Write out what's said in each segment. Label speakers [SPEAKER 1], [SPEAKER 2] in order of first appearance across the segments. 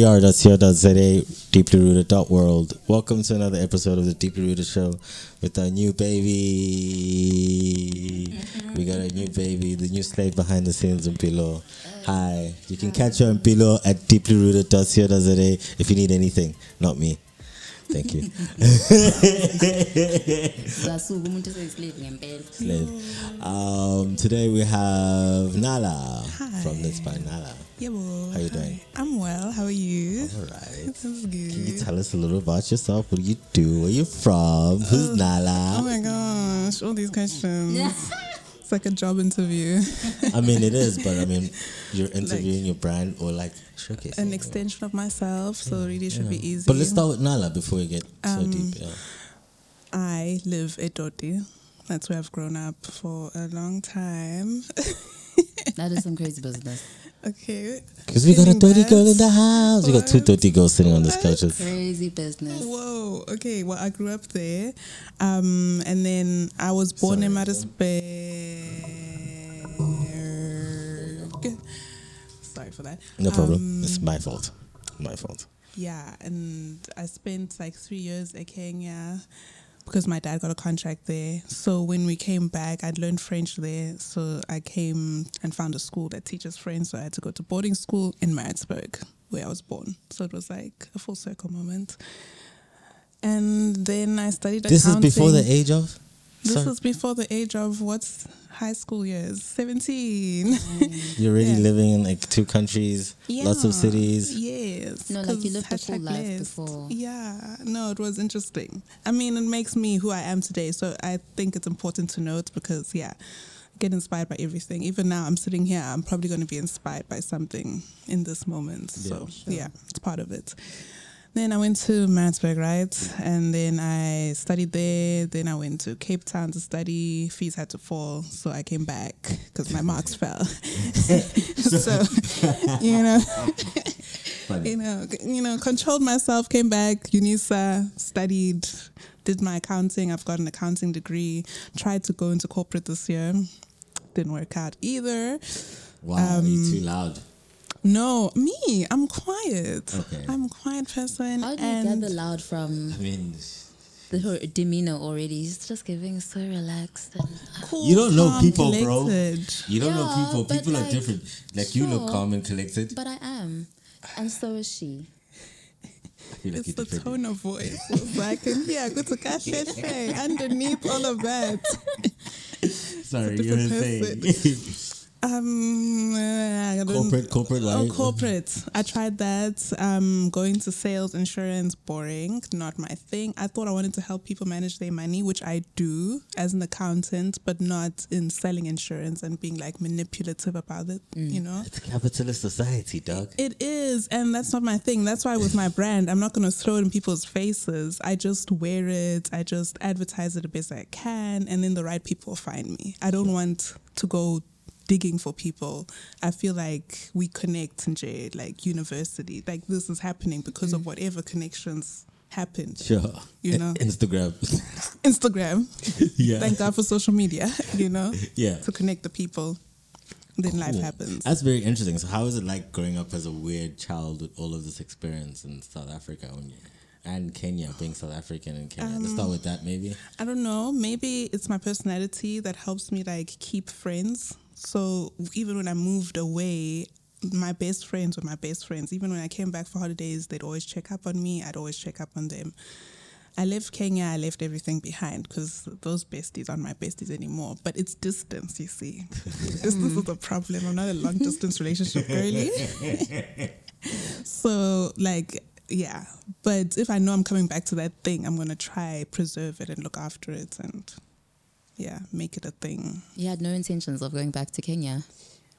[SPEAKER 1] RadioDR.co.za, deeply rooted dot world. Welcome to another episode of the Deeply Rooted Show with our new baby. We got a new baby, the new slave behind the scenes in Pilo. Hi, you can catch her in Pilo at deeplyrooted.co.za if you need anything. Not me. Thank you.
[SPEAKER 2] zasuka umuntu eseyislave ngempela
[SPEAKER 1] slave. Um, today we have Nala from
[SPEAKER 3] Hi.
[SPEAKER 1] Let's Buy Nala.
[SPEAKER 3] Yeah, well,
[SPEAKER 1] How you
[SPEAKER 3] hi.
[SPEAKER 1] doing?
[SPEAKER 3] I'm well. How are you?
[SPEAKER 1] All right.
[SPEAKER 3] This is
[SPEAKER 1] Can you
[SPEAKER 3] good.
[SPEAKER 1] tell us a little about yourself? What do you do? Where you from? Who's Nala?
[SPEAKER 3] Oh my gosh, all these questions. It's like a job interview,
[SPEAKER 1] I mean, it is, but I mean, you're interviewing your brand or like showcasing
[SPEAKER 3] an
[SPEAKER 1] it.
[SPEAKER 3] extension of myself, so really it should be easy. Um,
[SPEAKER 1] But let's start with Nala before we get so deep. Yeah.
[SPEAKER 3] I live at Doti. That's where I've grown up for a long time.
[SPEAKER 2] that is some crazy business
[SPEAKER 3] Okay.
[SPEAKER 1] Because we got a
[SPEAKER 3] Feeling
[SPEAKER 1] dirty
[SPEAKER 3] bad.
[SPEAKER 1] girl in the house. We got two
[SPEAKER 3] What?
[SPEAKER 1] dirty girls sitting on this
[SPEAKER 3] What?
[SPEAKER 1] couch.
[SPEAKER 2] crazy business
[SPEAKER 3] Whoa. Okay. Well, I grew up there, um, and then I was born in Madisburg. Sorry for that.
[SPEAKER 1] No problem.
[SPEAKER 3] Um,
[SPEAKER 1] it's my fault. My fault.
[SPEAKER 3] Yeah, and I spent like three years at Kenya because my dad got a contract there. So when we came back, I'd learned French there. So I came and found a school that teaches French. So I had to go to boarding school in Maritzburg, where I was born. So it was like a full circle moment. And then I studied
[SPEAKER 1] This is
[SPEAKER 3] accounting.
[SPEAKER 1] before the age of?
[SPEAKER 3] This
[SPEAKER 1] Sorry.
[SPEAKER 3] is before the age of what's high school years? 17.
[SPEAKER 2] Mm.
[SPEAKER 1] You're already
[SPEAKER 3] yeah.
[SPEAKER 1] living in like two countries, lots of
[SPEAKER 3] Yeah,
[SPEAKER 1] cities.
[SPEAKER 3] Yes.
[SPEAKER 2] No, like you
[SPEAKER 3] 'cause
[SPEAKER 2] lived a full
[SPEAKER 3] hashtag
[SPEAKER 2] life
[SPEAKER 3] blessed.
[SPEAKER 2] before.
[SPEAKER 3] Yeah. No, it was interesting. I mean, it makes me who I am today. So I think it's important to note because, yeah, get inspired by everything. Even now, I'm sitting here, I'm probably going to be inspired by something in this moment. so,
[SPEAKER 2] Sure.
[SPEAKER 3] yeah, it's part of it. Then I went to Maritzburg, right? And then I studied there. Then I went to Cape Town to study. Fees had to fall, so I came back because my marks fell. so, you know, you know, c- you know, controlled myself. Came back, UNISA, studied, did my accounting. I've got an accounting degree. Tried to go into corporate this year, didn't work out either.
[SPEAKER 1] Wow,
[SPEAKER 3] Um,
[SPEAKER 1] you're too loud.
[SPEAKER 3] No, me, I'm quiet.
[SPEAKER 1] Okay.
[SPEAKER 3] I'm a quiet person.
[SPEAKER 2] how do you
[SPEAKER 3] and
[SPEAKER 2] get the loud from
[SPEAKER 1] I mean,
[SPEAKER 2] the her demeanor already it's just giving so relaxed and
[SPEAKER 3] cool,
[SPEAKER 1] You don't know
[SPEAKER 3] calm,
[SPEAKER 1] people, bro.
[SPEAKER 3] collected.
[SPEAKER 1] you don't know
[SPEAKER 2] Yeah,
[SPEAKER 1] people.
[SPEAKER 2] but,
[SPEAKER 1] People are
[SPEAKER 2] like,
[SPEAKER 1] different. Like, you look
[SPEAKER 2] sure.
[SPEAKER 1] calm and collected.
[SPEAKER 2] but i am and so is she
[SPEAKER 1] I feel like
[SPEAKER 3] It's
[SPEAKER 1] you're
[SPEAKER 3] the
[SPEAKER 1] different.
[SPEAKER 3] tone of voice. It's like, yeah, good to catch it. hey, Underneath all of that.
[SPEAKER 1] Sorry,
[SPEAKER 3] a
[SPEAKER 1] you're
[SPEAKER 3] different
[SPEAKER 1] insane.
[SPEAKER 3] Um, I don't-
[SPEAKER 1] corporate, corporate life.
[SPEAKER 3] Oh, corporate. I tried that. Um, going to sales, insurance, boring, not my thing. I thought I wanted to help people manage their money, which I do as an accountant, but not in selling insurance and being like manipulative about it, you know?
[SPEAKER 1] It's a capitalist society, dog.
[SPEAKER 3] It is, and that's not my thing. That's why with my brand, I'm not going to throw it in people's faces. I just wear it. I just advertise it the best I can, and then the right people find me. I don't want to go digging for people. I feel like we connect in Jade, like university. Like this is happening because
[SPEAKER 1] Mm.
[SPEAKER 3] of whatever connections happened.
[SPEAKER 1] Sure.
[SPEAKER 3] You know.
[SPEAKER 1] Instagram.
[SPEAKER 3] Instagram.
[SPEAKER 1] yeah.
[SPEAKER 3] Thank God for social media. You know.
[SPEAKER 1] Yeah.
[SPEAKER 3] To connect the people, then life
[SPEAKER 1] Cool.
[SPEAKER 3] happens.
[SPEAKER 1] That's very interesting. So, how is it like growing up as a weird child with all of this experience in South Africa when you- and Kenya, being South African and Kenya? Let's
[SPEAKER 3] Um,
[SPEAKER 1] start with that, maybe.
[SPEAKER 3] I don't know. Maybe it's my personality that helps me like keep friends. So even when I moved away, my best friends were my best friends. Even when I came back for holidays, they'd always check up on me. I'd always check up on them. I left Kenya, I left everything behind because those besties aren't my besties anymore. But it's distance, you see. distance is a problem. I'm not a long distance relationship girly. so, like, yeah. But if I know I'm coming back to that thing, I'm going to try, preserve it, and look after it and, yeah, make it a thing.
[SPEAKER 2] you had no intentions of going back to kenya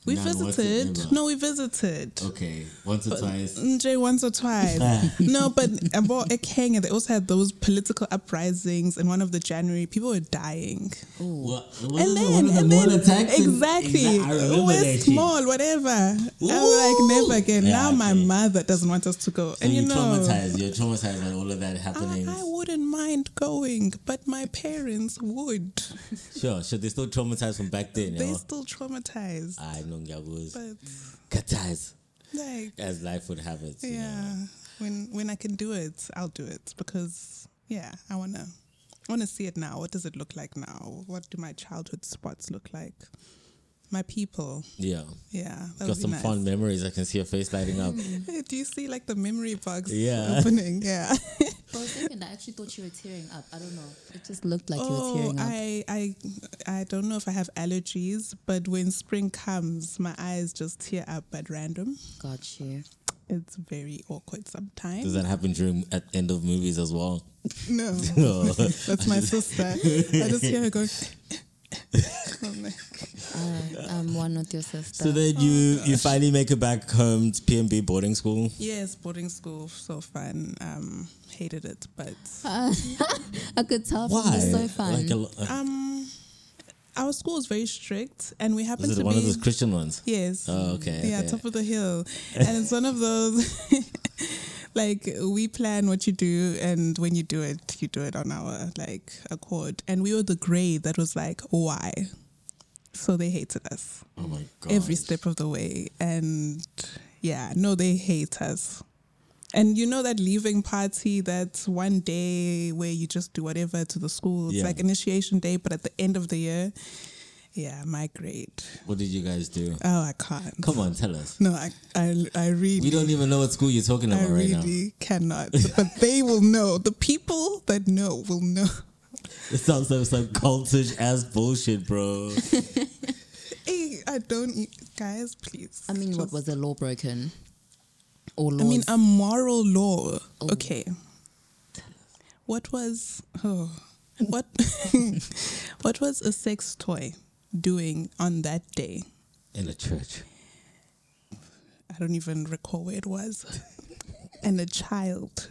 [SPEAKER 3] We
[SPEAKER 1] None
[SPEAKER 3] visited.
[SPEAKER 1] whatsoever.
[SPEAKER 3] No, we visited.
[SPEAKER 1] Okay, once or Oh, twice.
[SPEAKER 3] Njay once or twice. no, but about a Kenya, they also had those political uprisings in one of the January. People were dying.
[SPEAKER 1] Well,
[SPEAKER 3] And
[SPEAKER 1] wasn't it Oh, one of
[SPEAKER 3] then,
[SPEAKER 1] the
[SPEAKER 3] and
[SPEAKER 1] mall
[SPEAKER 3] then-
[SPEAKER 1] attacks? in-
[SPEAKER 3] exactly.
[SPEAKER 1] Exa- I remember
[SPEAKER 3] We're
[SPEAKER 1] that shit.
[SPEAKER 3] small, whatever.
[SPEAKER 1] Ooh.
[SPEAKER 3] I'm like, never again.
[SPEAKER 1] Yeah,
[SPEAKER 3] now my
[SPEAKER 1] okay.
[SPEAKER 3] mother doesn't want us to go.
[SPEAKER 1] So
[SPEAKER 3] and
[SPEAKER 1] you're
[SPEAKER 3] you know,
[SPEAKER 1] traumatized. You're traumatized by all of that
[SPEAKER 3] I,
[SPEAKER 1] happening.
[SPEAKER 3] I wouldn't mind going, but my parents would.
[SPEAKER 1] Sure, sure. They're still traumatized from back then. You
[SPEAKER 3] They're
[SPEAKER 1] know?
[SPEAKER 3] still traumatized.
[SPEAKER 1] I know, Ngabos.
[SPEAKER 3] But
[SPEAKER 1] Katas.
[SPEAKER 3] Like,
[SPEAKER 1] as life would have it. You
[SPEAKER 3] yeah,
[SPEAKER 1] Know?
[SPEAKER 3] when when I can do it, I'll do it because yeah, I wanna I wanna see it now. What does it look like now? What do my childhood spots look like? My people,
[SPEAKER 1] Yeah.
[SPEAKER 3] yeah, that
[SPEAKER 1] Got
[SPEAKER 3] would be
[SPEAKER 1] some
[SPEAKER 3] nice.
[SPEAKER 1] fond memories. I can see your face lighting up.
[SPEAKER 3] Do you see like the memory box
[SPEAKER 1] Yeah.
[SPEAKER 3] opening? Yeah.
[SPEAKER 2] I was thinking, I actually thought you were tearing up. I don't know. It just looked like you were
[SPEAKER 3] Oh,
[SPEAKER 2] tearing up.
[SPEAKER 3] I, I, I don't know if I have allergies, but when spring comes, my eyes just tear up at random.
[SPEAKER 2] Got you.
[SPEAKER 3] It's very awkward sometimes.
[SPEAKER 1] Does that happen during at end of movies as well?
[SPEAKER 3] no,
[SPEAKER 1] No.
[SPEAKER 3] that's my sister. I just hear her go. I'm like,
[SPEAKER 2] I, I'm one with your sister.
[SPEAKER 1] so then you you finally make it back home to PMB boarding school.
[SPEAKER 3] yes, boarding school so fun. Um, hated it, but
[SPEAKER 2] I could tell from
[SPEAKER 1] Why?
[SPEAKER 2] the so fun.
[SPEAKER 1] Like a, lo- uh,
[SPEAKER 3] um, our school is very strict, and we happen
[SPEAKER 1] was
[SPEAKER 3] to
[SPEAKER 1] it one
[SPEAKER 3] be
[SPEAKER 1] of those Christian ones?
[SPEAKER 3] yes.
[SPEAKER 1] Oh, okay.
[SPEAKER 3] yeah,
[SPEAKER 1] okay.
[SPEAKER 3] top of the hill. And it's one of those like we plan what you do and when you do it, you do it on our like accord. And we were the grade that was like, why? So they hated us
[SPEAKER 1] Oh my god.
[SPEAKER 3] every step of the way. And yeah, no, they hate us. And you know that leaving party, that's one day where you just do whatever to the school. It's
[SPEAKER 1] Yeah.
[SPEAKER 3] like initiation day, but at the end of the year, yeah, my grade.
[SPEAKER 1] What did you guys do?
[SPEAKER 3] Oh, I can't.
[SPEAKER 1] Come on, tell us.
[SPEAKER 3] No, I, I, I really,
[SPEAKER 1] We don't even know what school you're talking
[SPEAKER 3] I
[SPEAKER 1] about right now.
[SPEAKER 3] really cannot. But they will know. The people that know will know.
[SPEAKER 1] It sounds like some cultish ass bullshit, bro.
[SPEAKER 3] Hey, I don't, e- guys. Please.
[SPEAKER 2] I mean, what
[SPEAKER 3] Just-
[SPEAKER 2] was the law broken? Or laws? Oh.
[SPEAKER 3] I mean, a moral law. Okay. What was oh, what what was a sex toy doing on that day?
[SPEAKER 1] In a church.
[SPEAKER 3] I don't even recall where it was. and a child,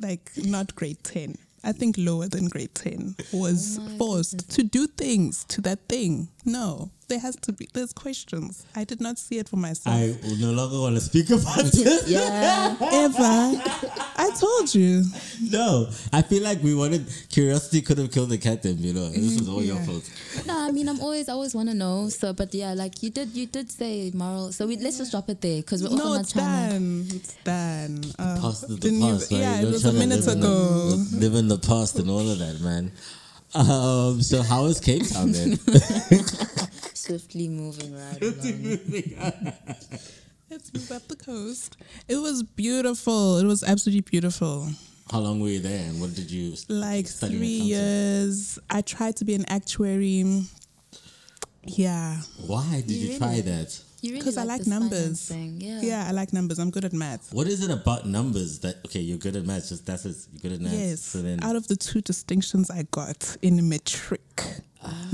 [SPEAKER 3] like not grade 10, I think lower than grade 10, was
[SPEAKER 2] Oh my
[SPEAKER 3] forced to do things to that thing. No, there has to be, there's questions. I did not see it for myself.
[SPEAKER 1] I will no longer want to speak about this.
[SPEAKER 2] yeah.
[SPEAKER 3] Ever. I told you.
[SPEAKER 1] No, I feel like we wanted curiosity could have killed the cat. Then you know, this was all your
[SPEAKER 3] Yeah.
[SPEAKER 1] fault.
[SPEAKER 2] no, I mean, I'm always, I always want to know. So, but yeah, like you did, you did say moral. So we, let's just drop it there because we're also
[SPEAKER 3] No,
[SPEAKER 2] not
[SPEAKER 3] it's
[SPEAKER 2] trying. to-
[SPEAKER 3] done. It's done. Uh,
[SPEAKER 1] Past is the
[SPEAKER 3] didn't you-
[SPEAKER 1] past, right?
[SPEAKER 3] Yeah, it
[SPEAKER 1] You're
[SPEAKER 3] was a
[SPEAKER 1] trying to
[SPEAKER 3] minute
[SPEAKER 1] live in the-
[SPEAKER 3] ago.
[SPEAKER 1] live in the past and all of that, man. Um, so how is Cape Town then?
[SPEAKER 2] Swiftly moving right along.
[SPEAKER 3] Let's move up the coast. It was beautiful. It was absolutely beautiful.
[SPEAKER 1] how long were you there, and what did you
[SPEAKER 3] like
[SPEAKER 1] study in
[SPEAKER 3] three
[SPEAKER 1] accounting?
[SPEAKER 3] years. I tried to be an actuary. Yeah,
[SPEAKER 1] Why did you,
[SPEAKER 2] You
[SPEAKER 1] try
[SPEAKER 2] really-
[SPEAKER 1] that?
[SPEAKER 2] You really
[SPEAKER 3] because I like
[SPEAKER 2] this finance
[SPEAKER 3] numbers.
[SPEAKER 2] thing,
[SPEAKER 3] Yeah.
[SPEAKER 2] Yeah.
[SPEAKER 3] I like numbers. I'm good at math.
[SPEAKER 1] What is it about numbers that okay, you're good at maths, just that's it, you're good at maths.
[SPEAKER 3] Yes.
[SPEAKER 1] So then
[SPEAKER 3] Out of the two distinctions I got in metric,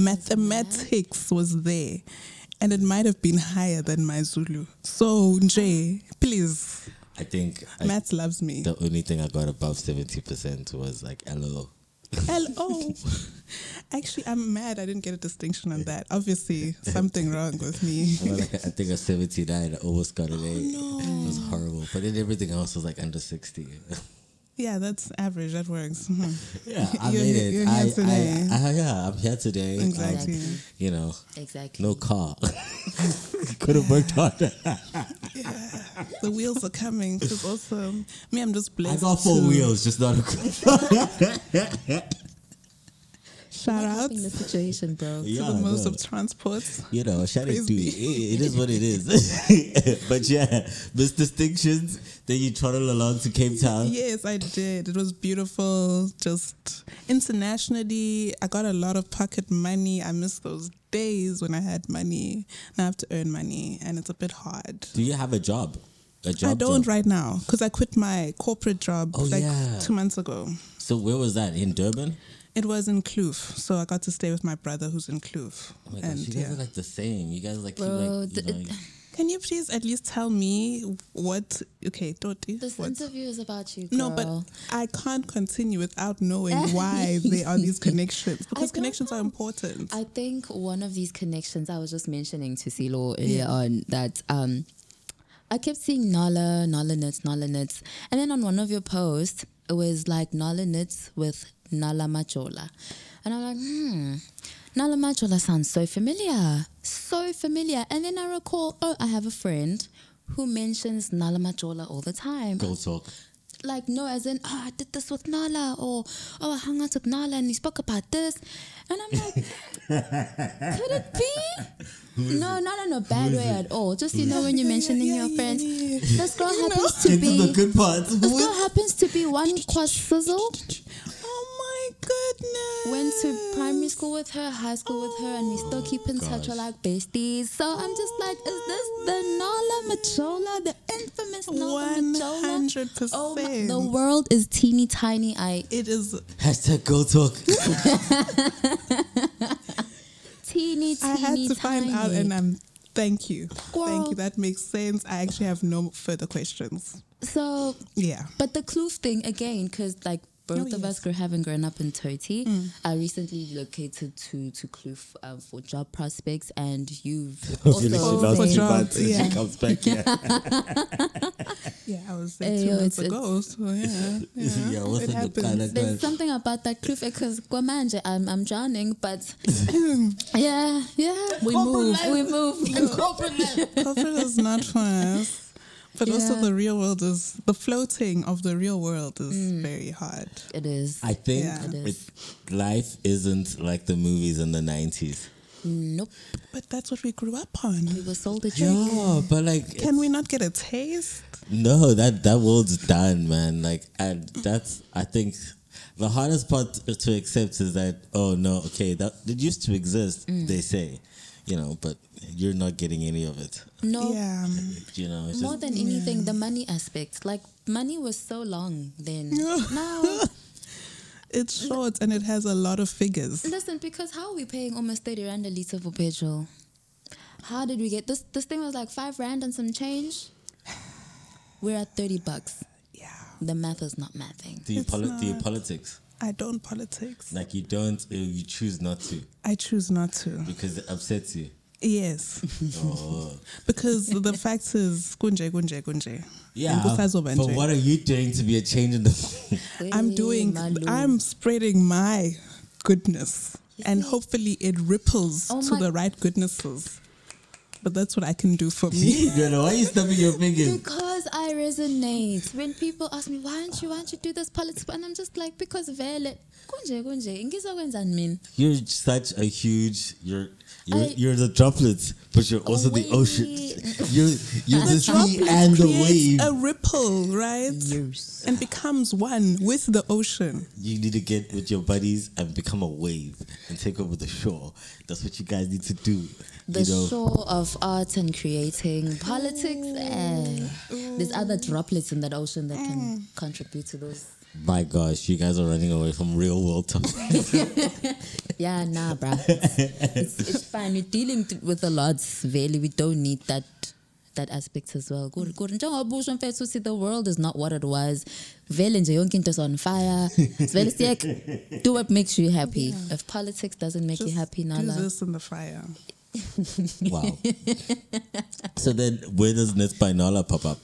[SPEAKER 3] mathematics was there, and it might have been higher than my Zulu. So Jay, please,
[SPEAKER 1] I think I,
[SPEAKER 3] math loves me.
[SPEAKER 1] the only thing I got above seventy percent was like LO.
[SPEAKER 3] L O. Actually, I'm mad. I didn't get a distinction on that. Obviously, something wrong with me.
[SPEAKER 1] I got like a- I think a seventy nine. I almost got an
[SPEAKER 3] Oh,
[SPEAKER 1] A. It was horrible. But then everything else was like under sixty.
[SPEAKER 3] Yeah, that's average. That works. Mhm.
[SPEAKER 1] yeah, I
[SPEAKER 3] You're
[SPEAKER 1] made
[SPEAKER 3] he-
[SPEAKER 1] it.
[SPEAKER 3] you're here
[SPEAKER 1] I,
[SPEAKER 3] today.
[SPEAKER 1] I, I, yeah, I'm here today. I'm,
[SPEAKER 3] Exactly.
[SPEAKER 1] you know,
[SPEAKER 2] Exactly.
[SPEAKER 1] no car. Could have worked harder.
[SPEAKER 3] the wheels are coming. It's awesome. Me, I'm just
[SPEAKER 1] I
[SPEAKER 3] blessed.
[SPEAKER 1] got four
[SPEAKER 3] to-
[SPEAKER 1] wheels, just not a car.
[SPEAKER 3] Shout
[SPEAKER 2] Not
[SPEAKER 3] out
[SPEAKER 2] helping the situation, bro.
[SPEAKER 1] Yeah,
[SPEAKER 3] to the most
[SPEAKER 1] no.
[SPEAKER 3] of transport.
[SPEAKER 1] you know, shout out
[SPEAKER 3] Praise
[SPEAKER 1] to
[SPEAKER 3] be.
[SPEAKER 1] it. It- it is what it is. but yeah, Miss Distinctions, then you trottle along to Cape Town.
[SPEAKER 3] Yes, I did. It was beautiful. Just internationally, I got a lot of pocket money. I miss those days when I had money. Now I have to earn money, and it's a bit hard.
[SPEAKER 1] Do you have a job? A job?
[SPEAKER 3] I don't
[SPEAKER 1] job?
[SPEAKER 3] right now because I quit my corporate job
[SPEAKER 1] Oh,
[SPEAKER 3] like
[SPEAKER 1] yeah.
[SPEAKER 3] two months ago.
[SPEAKER 1] So where was that? In Durban? Oh
[SPEAKER 3] It was in Kloof, so I got to stay with my brother who's in Kloof.
[SPEAKER 1] Oh my gosh, you guys are like the same. You guys like, keep
[SPEAKER 2] Bro,
[SPEAKER 1] like you
[SPEAKER 2] the-
[SPEAKER 1] know,
[SPEAKER 3] Can you please at least tell me what? Okay, Toti.
[SPEAKER 2] This
[SPEAKER 3] what?
[SPEAKER 2] interview is about you,
[SPEAKER 3] No,
[SPEAKER 2] girl.
[SPEAKER 3] but I can't continue without knowing why there are these connections because
[SPEAKER 2] don't
[SPEAKER 3] connections are
[SPEAKER 2] know.
[SPEAKER 3] important.
[SPEAKER 2] I think one of these connections I was just mentioning to Silo earlier on that um, I kept seeing Nala, Nala Knits, Nala Knits. And then on one of your posts, it was like Nala Knits with Nala Machola. And I'm like, hmm, Nala Machola sounds so familiar, so familiar. And then I recall, oh, I have a friend who mentions Nala Majola all the time.
[SPEAKER 1] Go talk.
[SPEAKER 2] Like, no, as in, oh, I did this with Nala, or oh, I hung out with Nala and we spoke about this. And I'm like, could it be? No, not in a bad way at all. Just, you know, when you're mentioning your friends, this girl happens to
[SPEAKER 1] Get to the
[SPEAKER 2] be.
[SPEAKER 1] good parts.
[SPEAKER 2] This girl happens to be one cross sizzle.
[SPEAKER 3] Oh my goodness.
[SPEAKER 2] Went to primary school with her, high school with her, and we still keep in touch.
[SPEAKER 1] Oh,
[SPEAKER 2] We're like besties. So I'm just like, is this the Nala Machola, the infamous Nala Machola?
[SPEAKER 3] 100%.
[SPEAKER 2] Oh, my, the world is teeny tiny. I
[SPEAKER 3] it is.
[SPEAKER 1] Hashtag go talk.
[SPEAKER 2] teeny
[SPEAKER 3] I
[SPEAKER 2] teeny
[SPEAKER 3] had to
[SPEAKER 2] tiny.
[SPEAKER 3] find out, and I'm. Thank you. Thank
[SPEAKER 2] Girl. you.
[SPEAKER 3] you. That makes sense. I actually have no further questions.
[SPEAKER 2] so,
[SPEAKER 3] Yeah.
[SPEAKER 2] but the Kloof thing again, because like both
[SPEAKER 3] Oh,
[SPEAKER 2] of
[SPEAKER 3] yes. Mm.
[SPEAKER 2] us grew, having grown up in Toti, I recently relocated to to Kloof um, for job prospects, and you've
[SPEAKER 1] Hopefully she
[SPEAKER 3] Oh,
[SPEAKER 2] also
[SPEAKER 3] for
[SPEAKER 1] lost two
[SPEAKER 3] jobs,
[SPEAKER 1] months and
[SPEAKER 3] yeah.
[SPEAKER 1] she comes back. Yeah.
[SPEAKER 3] Yeah, I was there
[SPEAKER 2] Eh,
[SPEAKER 3] two
[SPEAKER 2] yo,
[SPEAKER 3] months
[SPEAKER 2] it's-
[SPEAKER 3] ago. So yeah, yeah,
[SPEAKER 1] yeah, what's
[SPEAKER 3] it
[SPEAKER 1] in the kind
[SPEAKER 3] happens.
[SPEAKER 1] of
[SPEAKER 2] There's something about that Kloof because Kwamanje, I'm I'm drowning, but yeah, yeah, we move, we move.
[SPEAKER 3] Corporate is not for us. But also
[SPEAKER 2] Yeah.
[SPEAKER 3] the real world is the floating of the real world is very hard.
[SPEAKER 2] It is.
[SPEAKER 1] I think
[SPEAKER 3] Yeah.
[SPEAKER 2] It is.
[SPEAKER 1] it- life isn't like the movies in the 90s.
[SPEAKER 2] Nope,
[SPEAKER 3] But that's what we grew up on.
[SPEAKER 2] we were sold a drink.
[SPEAKER 1] Yeah, but like,
[SPEAKER 3] Can we not get a taste?
[SPEAKER 1] no, that, that world's done, man. Like, and that's, I think, the hardest part to accept is that, oh no, okay, that it used to exist,
[SPEAKER 2] Mm.
[SPEAKER 1] they say, you know, but you're not getting any of it.
[SPEAKER 2] No,
[SPEAKER 3] Yeah.
[SPEAKER 1] You know, it's
[SPEAKER 2] more
[SPEAKER 1] just,
[SPEAKER 2] than anything, the money aspect. Like money was so long then. now,
[SPEAKER 3] It's short and it has a lot of figures.
[SPEAKER 2] listen, because how are we paying almost thirty rand a liter for petrol? How did we get this? This thing was like five rand and some change. We're at thirty bucks.
[SPEAKER 3] Yeah.
[SPEAKER 2] The math is not mathing.
[SPEAKER 1] do, you
[SPEAKER 3] It's
[SPEAKER 1] poli- do you
[SPEAKER 3] not-
[SPEAKER 1] politics?
[SPEAKER 3] I don't politics.
[SPEAKER 1] Like, you don't, uh, you choose not to
[SPEAKER 3] I choose not to.
[SPEAKER 1] because it upsets you.
[SPEAKER 3] Yes.
[SPEAKER 1] Oh.
[SPEAKER 3] Because the fact is kunje kunje kunje.
[SPEAKER 1] Yeah,
[SPEAKER 3] And kusazoba
[SPEAKER 1] but
[SPEAKER 3] nje.
[SPEAKER 1] what are you doing to be a change in the?
[SPEAKER 3] I'm
[SPEAKER 2] Hey,
[SPEAKER 3] doing,
[SPEAKER 2] Malu.
[SPEAKER 3] I'm spreading my goodness. And hopefully it ripples
[SPEAKER 2] Oh
[SPEAKER 3] to
[SPEAKER 2] my-
[SPEAKER 3] the right goodnesses. But that's what I can do for me.
[SPEAKER 1] you know, why are you stubbing your fingers?
[SPEAKER 2] Because I resonate. When people ask me, why don't you, why don't you do this politics? And I'm just like, because vele, kunje kunje, ngizokwenza nini?
[SPEAKER 1] You're such a huge. You're you're,
[SPEAKER 2] I-
[SPEAKER 1] you're the droplets, but you're also the ocean.
[SPEAKER 2] Wait.
[SPEAKER 1] You're you're the, sea
[SPEAKER 3] Droplet
[SPEAKER 1] and the wave.
[SPEAKER 3] creates a ripple, right?
[SPEAKER 2] Yes.
[SPEAKER 3] And becomes one with the ocean.
[SPEAKER 1] you need to get with your buddies and become a wave and take over the shore. That's what you guys need to do.
[SPEAKER 2] The
[SPEAKER 1] you know,
[SPEAKER 2] show of art and creating politics. Eh, there's other droplets in that ocean that can
[SPEAKER 3] Mm.
[SPEAKER 2] contribute to those.
[SPEAKER 1] my gosh, you guys are running away from real world. Talk.
[SPEAKER 2] Yeah, nah, bruh. it's, it's fine. We're dealing t- with a lot, really. We don't need that that aspect as well. Good, good. Njengoba usho mfethu uthi the world is not what it was. Vele nje yonke into is on fire. Vele siyek- do what makes you happy. If politics doesn't make you happy,
[SPEAKER 3] do
[SPEAKER 2] Nala.
[SPEAKER 3] this in the fire.
[SPEAKER 1] wow. so then, where does Nits by Nala pop up?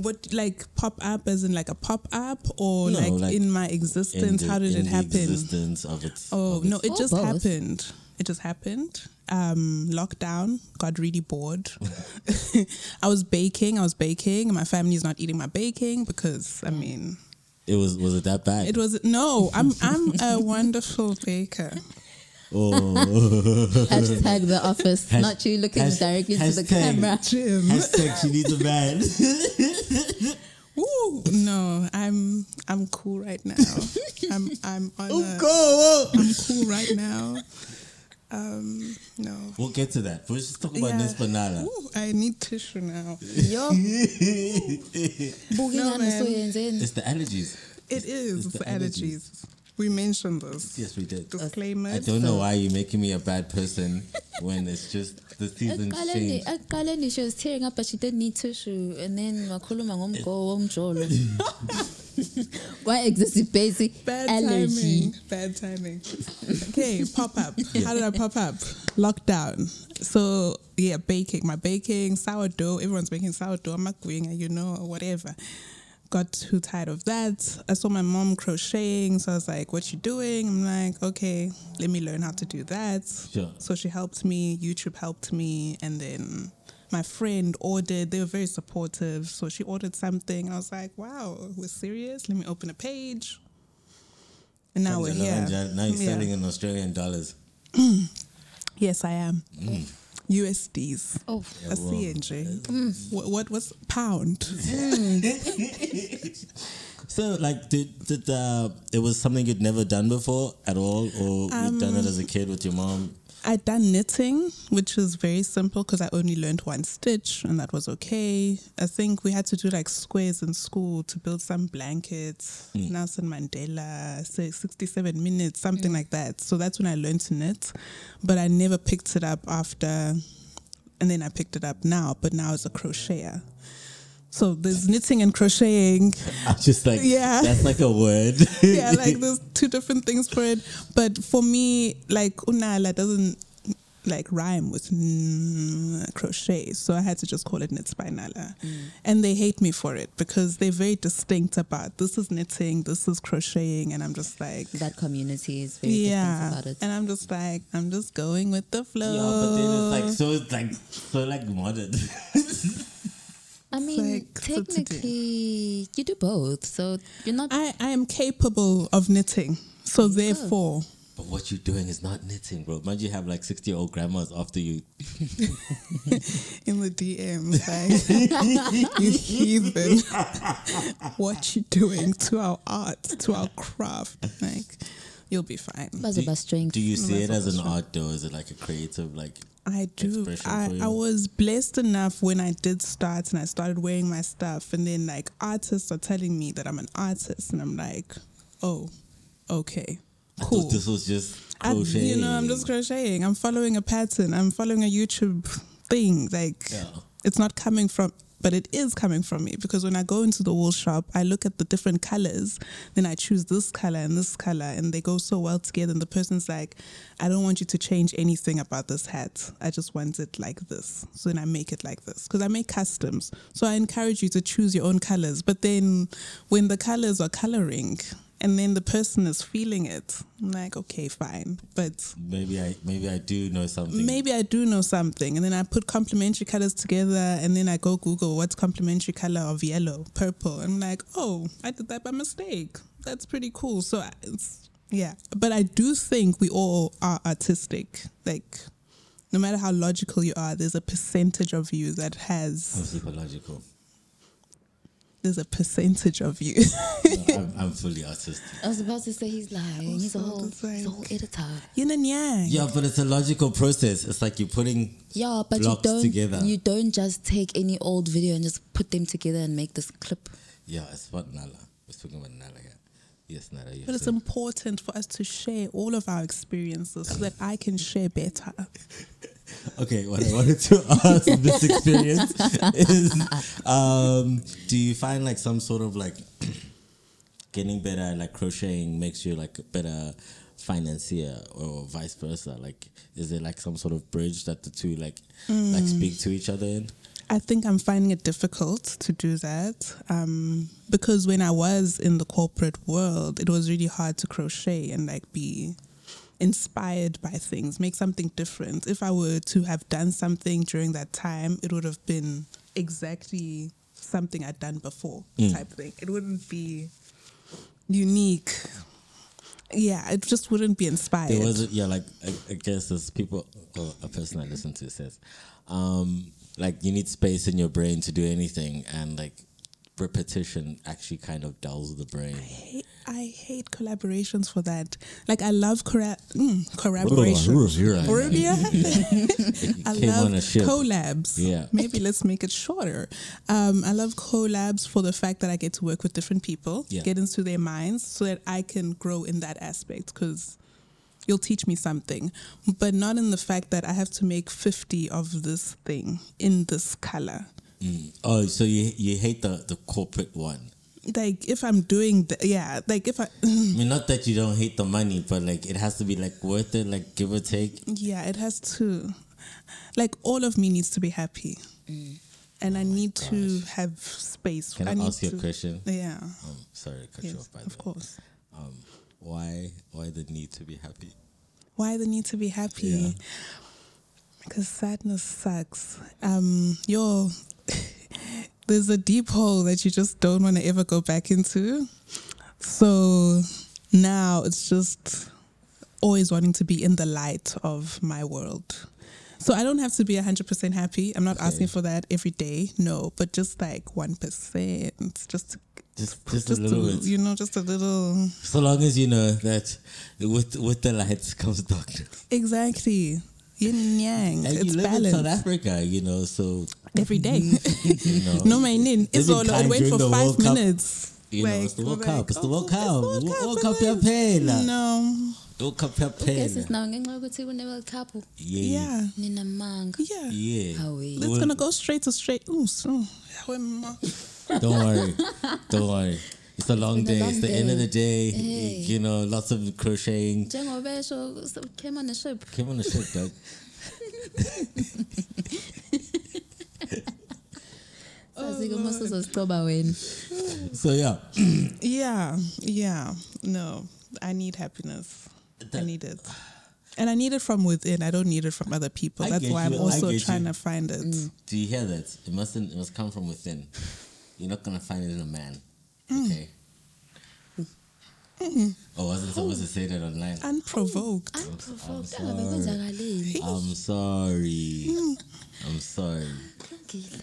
[SPEAKER 3] What like pop up as in like a pop up or
[SPEAKER 1] No,
[SPEAKER 3] like,
[SPEAKER 1] like
[SPEAKER 3] in my
[SPEAKER 1] In
[SPEAKER 3] existence?
[SPEAKER 1] the-
[SPEAKER 3] How did
[SPEAKER 1] in
[SPEAKER 3] it
[SPEAKER 1] the
[SPEAKER 3] happen?
[SPEAKER 1] Existence of its.
[SPEAKER 3] Oh
[SPEAKER 1] of
[SPEAKER 3] no,
[SPEAKER 1] its-
[SPEAKER 3] it
[SPEAKER 2] Or
[SPEAKER 3] just
[SPEAKER 2] both.
[SPEAKER 3] happened. It just happened. Um, lockdown got really bored. I was baking. I was baking. My family's not eating my baking because I mean,
[SPEAKER 1] It was was it that bad?
[SPEAKER 3] it was no. I'm I'm a wonderful baker.
[SPEAKER 2] Hashtag the office. not you looking
[SPEAKER 1] hash-
[SPEAKER 2] directly to the
[SPEAKER 1] hashtag.
[SPEAKER 2] camera.
[SPEAKER 3] Jim.
[SPEAKER 1] Hashtag she needs a man.
[SPEAKER 3] Ooh, no, I'm I'm cool right now. I'm I'm on
[SPEAKER 1] Oh,
[SPEAKER 3] a,
[SPEAKER 1] go.
[SPEAKER 3] I'm cool right now. Um, no.
[SPEAKER 1] We'll get to that. We'll just talk about
[SPEAKER 3] Yeah.
[SPEAKER 1] this banana.
[SPEAKER 3] Ooh, I need tissue now.
[SPEAKER 2] Yo,
[SPEAKER 1] it's
[SPEAKER 2] bukingana
[SPEAKER 3] man.
[SPEAKER 2] soyenzeni.
[SPEAKER 1] the allergies.
[SPEAKER 3] It is
[SPEAKER 1] It's the
[SPEAKER 3] the allergies. We mentioned this.
[SPEAKER 1] Yes, we did.
[SPEAKER 3] Disclaimer.
[SPEAKER 1] I don't know why you're making me a bad person when it's just the seasons
[SPEAKER 2] Ekuqaleni-
[SPEAKER 1] change.
[SPEAKER 2] ekuqaleni she was tearing up but she didn't need tissue and then wakhuluma ngomgo womjolo wa-exacerbate
[SPEAKER 3] Bad
[SPEAKER 2] allergy
[SPEAKER 3] timing. Bad timing. Okay, pop up. How did I pop up? Lockdown. So yeah, baking. My baking sourdough. Everyone's making sourdough. I'm not going, you know, or whatever. Got too tired of that. I saw my mom crocheting, so I was like, "What you doing?" I'm like, "Okay, let me learn how to do that."
[SPEAKER 1] Sure.
[SPEAKER 3] So she helped me. YouTube helped me, and then my friend ordered. They were very supportive. So she ordered something. I was like, wow, we're serious? Let me open a page. And now we're
[SPEAKER 1] Comes along,
[SPEAKER 3] here.
[SPEAKER 1] Jan- Now you're
[SPEAKER 3] Yeah.
[SPEAKER 1] selling in Australian dollars.
[SPEAKER 3] Yes, I am.
[SPEAKER 1] Mm.
[SPEAKER 3] USDs.
[SPEAKER 2] Oh,
[SPEAKER 3] A
[SPEAKER 1] eh,
[SPEAKER 3] CNG. What, what was pound?
[SPEAKER 1] So, like, did, did uh, it was something you'd never done before at all, or you'd done
[SPEAKER 3] Um,
[SPEAKER 1] it as a kid with your mom?
[SPEAKER 3] I'd done knitting, which was very simple because I only learned one stitch and that was okay. I think we had to do like squares in school to build some blankets, Nelson Mandela, say 67 minutes, something like that. So that's when I learned to knit, but I never picked it up after, and then I picked it up now, but now as a crocheter. So there's knitting and crocheting.
[SPEAKER 1] I'm just like,
[SPEAKER 3] Yeah.
[SPEAKER 1] that's like a word.
[SPEAKER 3] yeah, like there's two different things for it. But for me, like unala doesn't like rhyme with mm, crochet, so I had to just call it knit by nala.
[SPEAKER 1] Mm.
[SPEAKER 3] And they hate me for it because they're very distinct about this is knitting, this is crocheting, and I'm just like.
[SPEAKER 2] that community is very
[SPEAKER 3] Yeah,
[SPEAKER 2] different about it.
[SPEAKER 3] and I'm just like I'm just going with the flow.
[SPEAKER 1] Yeah, but then it's like so it's like so like modern.
[SPEAKER 2] I mean,
[SPEAKER 3] like, so to do.
[SPEAKER 2] technically, you do both, so you're not.
[SPEAKER 3] I I am capable of knitting, so therefore
[SPEAKER 1] but what you're doing is not knitting, bro. Mind you have like sixty year old grandmas after you.
[SPEAKER 3] in the DMs, like, you heathen. what you doing to our art, to our craft? Like, you'll be fine.
[SPEAKER 2] That's about strength.
[SPEAKER 1] Ah, Do you see it as an art though? Is it like a creative like
[SPEAKER 3] I do.
[SPEAKER 1] Expression for
[SPEAKER 3] I,
[SPEAKER 1] you.
[SPEAKER 3] I was blessed enough when I did start and I started wearing my stuff. And then, like, artists are telling me that I'm an artist. And I'm like, oh, okay.
[SPEAKER 1] I
[SPEAKER 3] Cool.
[SPEAKER 1] thought this was just
[SPEAKER 3] I-
[SPEAKER 1] crochet.
[SPEAKER 3] you know, I'm just crocheting. I'm following a pattern. I'm following a YouTube thing. Like,
[SPEAKER 1] Yeah.
[SPEAKER 3] it's not coming from, but it is coming from me because when I go into the wool shop, I look at the different colors. Then I choose this color and this color, and they go so well together. And the person's like, I don't want you to change anything about this hat. I just want it like this. So then I make it like this because I make customs. So I encourage you to choose your own colors. But then when the colors are coloring, and then the person is feeling it. I'm like, okay, fine. But
[SPEAKER 1] maybe I maybe I do know something.
[SPEAKER 3] maybe I do know something. And then I put complementary colors together and then I go Google what's complementary color of yellow, purple. I'm like, oh, I did that by mistake. That's pretty cool. So I- it's, yeah. But I do think we all are artistic. Like, no matter how logical you are, there's a percentage of you that
[SPEAKER 1] I'm
[SPEAKER 3] has,
[SPEAKER 1] psychological.
[SPEAKER 3] there's a percentage of you.
[SPEAKER 1] No, I'm, I'm fully artistic.
[SPEAKER 2] I was about to say he's lying. He's a
[SPEAKER 3] Also,
[SPEAKER 2] whole,
[SPEAKER 3] it's
[SPEAKER 2] he's a whole editor.
[SPEAKER 3] Yin and yang.
[SPEAKER 1] Yeah, but it's a logical process. It's like you're putting
[SPEAKER 2] Yeah, but you
[SPEAKER 1] Blocks
[SPEAKER 2] don't.
[SPEAKER 1] together.
[SPEAKER 2] You don't just take any old video and just put them together and make this clip.
[SPEAKER 1] yeah, it's about Nala. We're speaking about Nala here. Yes, Nala. Yes,
[SPEAKER 3] But it's important for us to share all of our experiences so that I can share better.
[SPEAKER 1] Okay, what I wanted to ask this experience is um, do you find like some sort of like getting better at like crocheting makes you like a better financier or vice versa? Like is there like some sort of bridge that the two like like speak to each other in?
[SPEAKER 3] I think I'm finding it difficult to do that um, because when I was in the corporate world, it was really hard to crochet and like be inspired by things, make something different. If I were to have done something during that time, it would have been exactly something I'd done before,
[SPEAKER 1] Hmm.
[SPEAKER 3] type thing. It wouldn't be unique. Yeah, it just wouldn't be inspired.
[SPEAKER 1] There was yeah, like I, I guess as people or a person I listen to says, um, like you need space in your brain to do anything and like repetition actually kind of dulls the brain.
[SPEAKER 3] hate- I hate collaborations for that. Like I love cora- mm, collaborations. Borobia? I
[SPEAKER 1] came
[SPEAKER 3] love
[SPEAKER 1] on a ship.
[SPEAKER 3] collabs.
[SPEAKER 1] Yeah.
[SPEAKER 3] Maybe let's make it shorter. Um, I love collabs for the fact that I get to work with different people,
[SPEAKER 1] Yeah.
[SPEAKER 3] get into their minds, so that I can grow in that aspect. Because you'll teach me something, but not in the fact that I have to make fifty of this thing in this color.
[SPEAKER 1] Oh, so you you hate the, the corporate one.
[SPEAKER 3] Like if I'm doing, the, yeah. Like if I.
[SPEAKER 1] I mean, not that you don't hate the money, but like it has to be like worth it, like give or take.
[SPEAKER 3] Yeah, it has to. Like all of me needs to be happy,
[SPEAKER 1] Mm.
[SPEAKER 3] and I need to have space.
[SPEAKER 1] Oh Can I,
[SPEAKER 3] need
[SPEAKER 1] ask you
[SPEAKER 3] to-
[SPEAKER 1] a question?
[SPEAKER 3] Yeah,
[SPEAKER 1] Um, sorry to cut you
[SPEAKER 3] yes,
[SPEAKER 1] off by the
[SPEAKER 3] of
[SPEAKER 1] way.
[SPEAKER 3] course.
[SPEAKER 1] Um, why why the need to be happy?
[SPEAKER 3] Why the need to be happy?
[SPEAKER 1] Yeah.
[SPEAKER 3] Because sadness sucks. Um, yo, there's a deep hole that you just don't want to ever go back into. So now it's just always wanting to be in the light of my world. So I don't have to be 100% happy. I'm not
[SPEAKER 1] Okay.
[SPEAKER 3] asking for that every day. No, but just like 1%. Just,
[SPEAKER 1] Just, just,
[SPEAKER 3] just
[SPEAKER 1] a little
[SPEAKER 3] to,
[SPEAKER 1] bit.
[SPEAKER 3] you know, just a little.
[SPEAKER 1] So long as you know that with with the lights comes darkness.
[SPEAKER 3] Exactly. Yin and yang.
[SPEAKER 1] And
[SPEAKER 3] it's
[SPEAKER 1] you live in South
[SPEAKER 3] balanced.
[SPEAKER 1] Africa, you know, so
[SPEAKER 3] Every day.
[SPEAKER 1] you know,
[SPEAKER 3] no, my name.
[SPEAKER 1] They've
[SPEAKER 3] It's
[SPEAKER 1] been
[SPEAKER 3] all
[SPEAKER 1] kind
[SPEAKER 3] wait
[SPEAKER 1] during
[SPEAKER 3] for
[SPEAKER 1] the
[SPEAKER 3] five
[SPEAKER 1] World Cup.
[SPEAKER 3] minutes.
[SPEAKER 1] you know, it's the
[SPEAKER 3] Like,
[SPEAKER 1] World
[SPEAKER 3] we're
[SPEAKER 1] Cup.
[SPEAKER 3] like,
[SPEAKER 1] It's the World
[SPEAKER 3] "Oh, it's
[SPEAKER 1] Cup.
[SPEAKER 3] World Cup,
[SPEAKER 1] World
[SPEAKER 3] but
[SPEAKER 1] Cup
[SPEAKER 3] like-
[SPEAKER 1] yaphela.
[SPEAKER 3] No.
[SPEAKER 1] World Cup yaphela.
[SPEAKER 2] Ugesi sinawo ngenxa yokuthi kunewelcapho
[SPEAKER 1] Yeah.
[SPEAKER 3] Yeah.
[SPEAKER 2] ninamanga
[SPEAKER 3] Yeah.
[SPEAKER 1] Yeah.
[SPEAKER 2] Hawe.
[SPEAKER 3] It's gonna go straight to straight. Ooh, so.
[SPEAKER 1] Don't worry. Don't worry. It's a long
[SPEAKER 2] It's
[SPEAKER 1] day.
[SPEAKER 2] been a
[SPEAKER 1] it's
[SPEAKER 2] long
[SPEAKER 1] the end of the day.
[SPEAKER 2] Hey.
[SPEAKER 1] You know, lots of crocheting.
[SPEAKER 2] njengoba esho so- came on a ship
[SPEAKER 1] Came on a ship, dog.
[SPEAKER 2] sazi
[SPEAKER 3] Oh,
[SPEAKER 2] ke uma sizozicloba wena
[SPEAKER 1] So yeah.
[SPEAKER 3] Yeah. Yeah. No. I need happiness. I
[SPEAKER 1] That-
[SPEAKER 3] need it. And I need it from within. I don't need it from other people.
[SPEAKER 1] I
[SPEAKER 3] That's
[SPEAKER 1] get
[SPEAKER 3] why
[SPEAKER 1] you. Mm.
[SPEAKER 3] I'm
[SPEAKER 1] I
[SPEAKER 3] also
[SPEAKER 1] get
[SPEAKER 3] trying
[SPEAKER 1] you.
[SPEAKER 3] to find it.
[SPEAKER 1] Do you hear that? It mustn't. It must come from within. You're not gonna find it in a man. Okay. Oh, wasn't supposed to say that online.
[SPEAKER 3] Unprovoked.
[SPEAKER 2] unprovoked
[SPEAKER 1] I'm
[SPEAKER 2] angabe
[SPEAKER 1] sorry.
[SPEAKER 2] kwenzakaleni
[SPEAKER 1] I'm sorry. I'm sorry.
[SPEAKER 2] Ngile.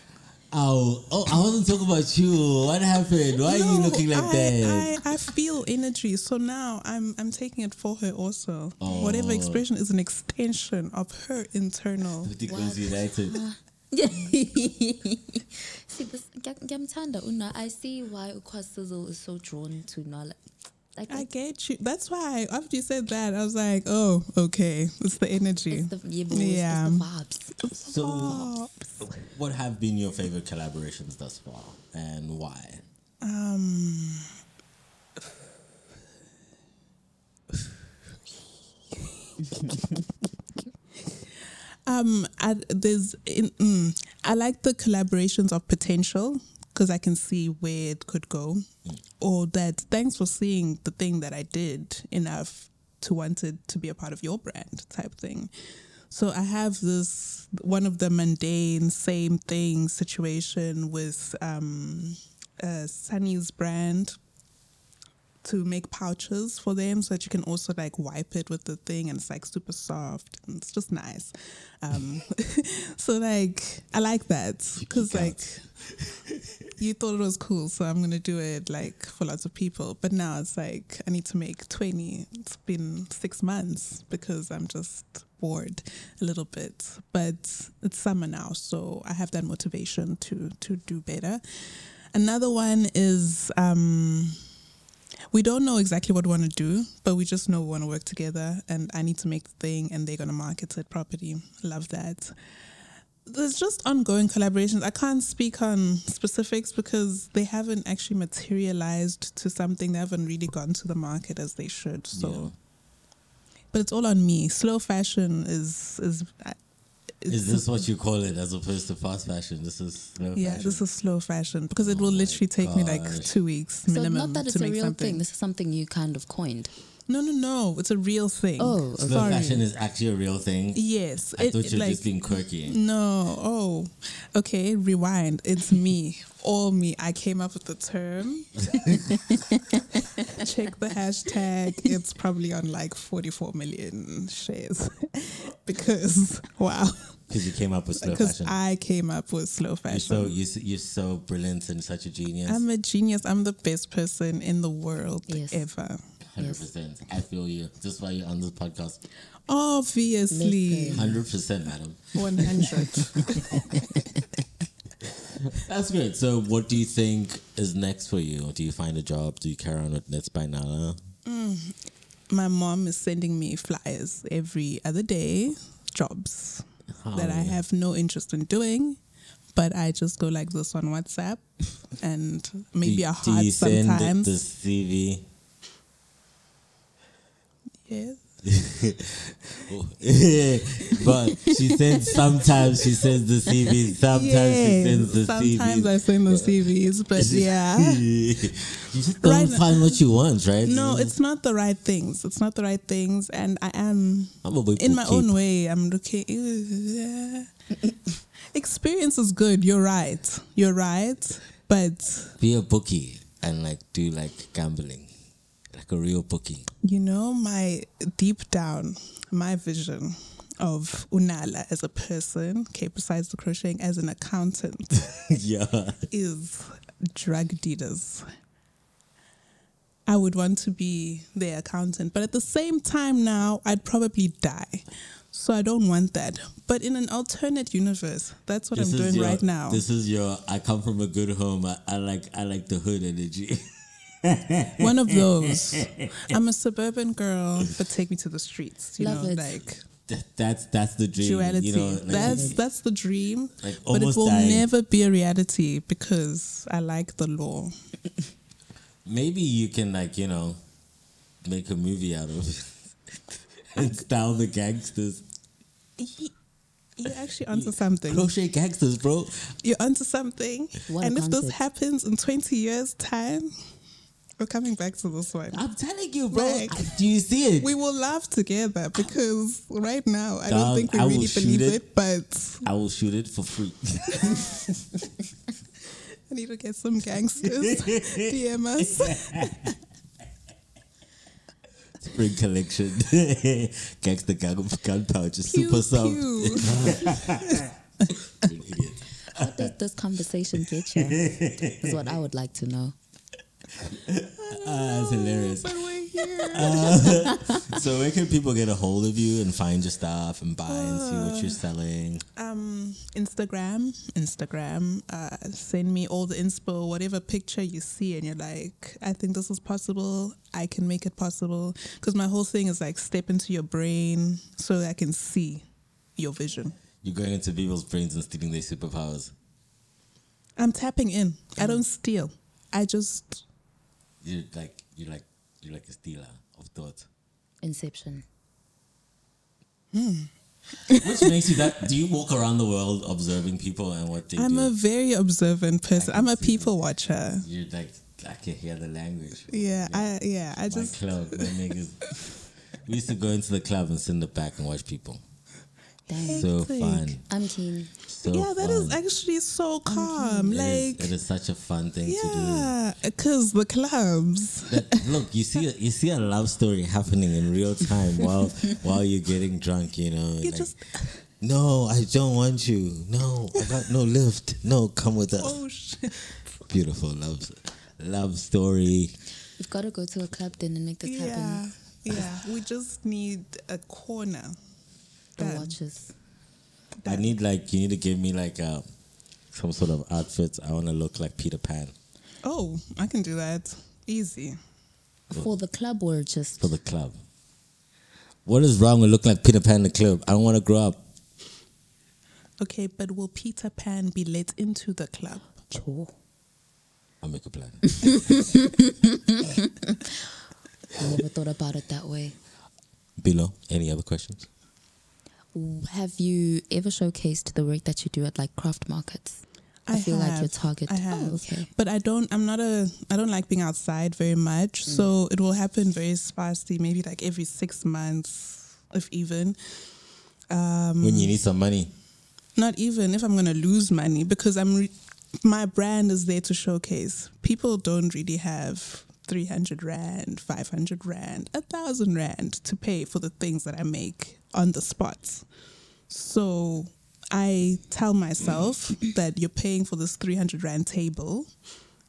[SPEAKER 1] Oh, oh, I wasn't talking about you. What happened? Why are you
[SPEAKER 3] No,
[SPEAKER 1] looking like
[SPEAKER 3] I,
[SPEAKER 1] that?
[SPEAKER 3] I, I feel energy. So now I'm I'm taking it for her also. Whatever
[SPEAKER 1] Oh.
[SPEAKER 3] expression is an extension of her internal.
[SPEAKER 1] With the Girls United.
[SPEAKER 3] Ah.
[SPEAKER 2] see this ngiya- ngiyamthanda una i see why ukwasizzle is so drawn to nala like
[SPEAKER 3] I get you. That's why after you said that, I was like, oh, okay. It's the energy. Oh,
[SPEAKER 2] it's the yebo it's
[SPEAKER 3] Yeah.
[SPEAKER 2] the vibes
[SPEAKER 1] So, what have been your favorite collaborations thus far, and why?
[SPEAKER 3] Um. um, I, there's in, mm, I like the collaborations of potential because I can see where it could go, or that thanks for seeing the thing that I did enough to want it to be a part of your brand type thing. So I have this one of the mundane same thing situation with um, uh, Sunny's brand to make pouches for them so that you can also like wipe it with the thing and it's like super soft and it's just nice. Um, so like I like that because
[SPEAKER 1] geek out.
[SPEAKER 3] like you thought it was cool, so I'm gonna do it like for lots of people. But now it's like I need to make 20. It's been six months because I'm just bored a little bit. But it's summer now, so I have that motivation to to do better. Another one is um, we don't know exactly what we want to do, but we just know we want to work together. And I need to make the thing, and they're gonna market it properly. Love that there's just ongoing collaborations. I can't speak on specifics because they haven't actually materialized to something. They haven't really gone to the market as they should. So, but it's all on me. Slow fashion is is uh, it's,
[SPEAKER 1] Is this what you call it as opposed to fast fashion? This is slow
[SPEAKER 3] yeah,
[SPEAKER 1] fashion. Oh
[SPEAKER 3] this is slow fashion because it will
[SPEAKER 1] my
[SPEAKER 3] literally take me like
[SPEAKER 1] gosh.
[SPEAKER 3] two weeks
[SPEAKER 2] so
[SPEAKER 3] minimum
[SPEAKER 2] not that it's a
[SPEAKER 3] to make
[SPEAKER 2] real
[SPEAKER 3] something.
[SPEAKER 2] thing this is something you kind of coined
[SPEAKER 3] No, no, no. It's a real thing.
[SPEAKER 2] Oh, okay.
[SPEAKER 1] slow fashion is actually a real thing.
[SPEAKER 3] yes.
[SPEAKER 1] I
[SPEAKER 3] it-
[SPEAKER 1] thought
[SPEAKER 3] it,
[SPEAKER 1] you were
[SPEAKER 3] like- Mm.
[SPEAKER 1] just being quirky.
[SPEAKER 3] No. Oh, okay. Rewind. It's me. All me. I came up with the term. Check the hashtag. It's probably on like 44 million shares because, wow,
[SPEAKER 1] Because you came up with slow
[SPEAKER 3] because
[SPEAKER 1] fashion.
[SPEAKER 3] I came up with slow
[SPEAKER 1] You're so
[SPEAKER 3] fashion.
[SPEAKER 1] you're, s- you're so brilliant and such a genius.
[SPEAKER 3] I'm a genius. I'm the best person in the world
[SPEAKER 2] Yes.
[SPEAKER 3] ever.
[SPEAKER 1] Hundred percent. I feel you. That's why you're on this podcast.
[SPEAKER 3] Obviously.
[SPEAKER 2] Listen.
[SPEAKER 1] Hundred percent, madam.
[SPEAKER 3] 100.
[SPEAKER 1] That's great. So, what do you think is next for you? Do you find a job? Do you carry on with Nets by Nala?
[SPEAKER 3] My mom is sending me flyers every other day, jobs. that
[SPEAKER 1] Um,
[SPEAKER 3] I have no interest in doing, but I just go like this on WhatsApp and maybe a heart
[SPEAKER 1] Do you send
[SPEAKER 3] sometimes.
[SPEAKER 1] the CV?
[SPEAKER 3] yes.
[SPEAKER 1] but she sends sometimes she sends the CVs, sometimes she
[SPEAKER 3] Yes,
[SPEAKER 1] sends the
[SPEAKER 3] sometimes
[SPEAKER 1] CVs.
[SPEAKER 3] I send the CVs, but yeah.
[SPEAKER 1] you just don't
[SPEAKER 3] Right.
[SPEAKER 1] find what you want, right? Mm.
[SPEAKER 3] No, it's not the right things. It's not the right things, and I am
[SPEAKER 1] I'm a
[SPEAKER 3] in my own way. I'm looking. yeah. Experience is good. You're right. You're right. But
[SPEAKER 1] Be a bookie and like do like gambling, like a real bookie.
[SPEAKER 3] you know, my deep down, my vision of Unala as a person, okay, besides the crocheting, as an accountant,
[SPEAKER 1] yeah.
[SPEAKER 3] is drug dealers. I would want to be their accountant, but at the same time, now I'd probably die. So I don't want that. But in an alternate universe, that's what I'm
[SPEAKER 1] is
[SPEAKER 3] doing
[SPEAKER 1] your-
[SPEAKER 3] right now.
[SPEAKER 1] This is your. I come from a good home. I, I like. I like the hood energy.
[SPEAKER 3] One of those. I'm a suburban girl, but take me to the streets. You
[SPEAKER 2] Love
[SPEAKER 3] know,
[SPEAKER 2] it.
[SPEAKER 3] like
[SPEAKER 1] that, that's that's the dream.
[SPEAKER 3] duality.
[SPEAKER 1] You know, like,
[SPEAKER 3] that's that's the dream.
[SPEAKER 1] like
[SPEAKER 3] But it
[SPEAKER 1] almost
[SPEAKER 3] will
[SPEAKER 1] dying.
[SPEAKER 3] never be a reality because I like the law.
[SPEAKER 1] Maybe you can like you know, make a movie out of it and style the gangsters.
[SPEAKER 3] You actually answer something.
[SPEAKER 1] Crochet gangsters, bro.
[SPEAKER 3] you're onto something.
[SPEAKER 2] What a
[SPEAKER 3] and if this
[SPEAKER 2] concept.
[SPEAKER 3] happens in 20 years' time, we're coming back to this one.
[SPEAKER 1] I'm telling you, bro.
[SPEAKER 3] Like-
[SPEAKER 1] I- do you see it?
[SPEAKER 3] We will laugh together because right now I
[SPEAKER 1] Dog,
[SPEAKER 3] don't think we
[SPEAKER 1] I will
[SPEAKER 3] really
[SPEAKER 1] shoot
[SPEAKER 3] believe
[SPEAKER 1] it.
[SPEAKER 3] it. but
[SPEAKER 1] I will shoot it for free.
[SPEAKER 3] I need to get some gangsters DM us.
[SPEAKER 1] Spring collection. Gangster gun, gun pouch.
[SPEAKER 3] Pew,
[SPEAKER 1] Super sub.
[SPEAKER 3] pew.
[SPEAKER 1] Idiot.
[SPEAKER 2] How does this conversation get you? Is what I would like to know.
[SPEAKER 1] Ah, that's hilarious. Uh,
[SPEAKER 3] But we're here.
[SPEAKER 1] So where can people get a hold of you and find your stuff and buy and see what
[SPEAKER 3] Uh.
[SPEAKER 1] you're selling?
[SPEAKER 3] um, Instagram, Instagram. Uh, send me all the inspo, whatever picture you see, and you're like, I think this is possible. I can make it possible. Because my whole thing is like, step into your brain so that I can see your vision.
[SPEAKER 1] You're going into people's brains and stealing their superpowers.
[SPEAKER 3] I'm tapping in. I don't steal. I just
[SPEAKER 1] You're like you're like you're like a stealer of thought.
[SPEAKER 2] Inception.
[SPEAKER 1] Which makes you that do you walk around the world observing people and what they
[SPEAKER 3] I'm
[SPEAKER 1] do?
[SPEAKER 3] a very observant person. I'm a people watcher.
[SPEAKER 1] you're like I can hear the language.
[SPEAKER 3] Yeah, I yeah, I
[SPEAKER 1] My
[SPEAKER 3] just
[SPEAKER 1] club, my niggas. We used to go into the club and sit in the back and watch people.
[SPEAKER 2] Dang.
[SPEAKER 1] So
[SPEAKER 3] Hectic.
[SPEAKER 1] fun.
[SPEAKER 2] I'm keen.
[SPEAKER 1] So
[SPEAKER 3] yeah, that is
[SPEAKER 1] fun.
[SPEAKER 3] actually so calm.
[SPEAKER 1] Mm-hmm. It is-
[SPEAKER 3] Like
[SPEAKER 1] it is such a fun thing to do.
[SPEAKER 3] yeah, because the clubs.
[SPEAKER 1] That- look, you see, you see a love story happening in real time while while you're getting drunk. You know,
[SPEAKER 3] You
[SPEAKER 1] like,
[SPEAKER 3] just
[SPEAKER 1] no, I don't want you. No, I got no lift. No, come with us.
[SPEAKER 3] oh shit.
[SPEAKER 1] Beautiful love, love story.
[SPEAKER 2] We've got to go to a club then and make this
[SPEAKER 3] Yeah,
[SPEAKER 2] happen.
[SPEAKER 3] yeah. We just need a corner.
[SPEAKER 2] The
[SPEAKER 3] Done.
[SPEAKER 2] watches.
[SPEAKER 1] I need like you need to give me like uh, some sort of outfit. I want to look like Peter Pan
[SPEAKER 3] Oh, I can do that. Easy.
[SPEAKER 2] For the club or just
[SPEAKER 1] for the club. What is wrong with looking like Peter Pan in the club? I don't want to grow up.
[SPEAKER 3] Okay, but will Peter Pan be let into the club?
[SPEAKER 2] Sure.
[SPEAKER 1] I'll make a plan.
[SPEAKER 2] I never thought about it that way.
[SPEAKER 1] Below, any other questions?
[SPEAKER 2] Have you ever showcased the work that you do at like craft markets? I feel like your target-
[SPEAKER 3] I have.
[SPEAKER 2] Oh, okay.
[SPEAKER 3] But I don't. I'm not a. I don't like being outside very much.
[SPEAKER 2] Mm.
[SPEAKER 3] So it will happen very sparsely. Maybe like every six months, if even. Um,
[SPEAKER 1] When you need some money,
[SPEAKER 3] not even if I'm gonna lose money because I'm. Re- my brand is there to showcase. People don't really have. 300 rand, 500 rand, a 1000 rand to pay for the things that I make on the spot. So I tell myself that you're paying for this 300 Rand table,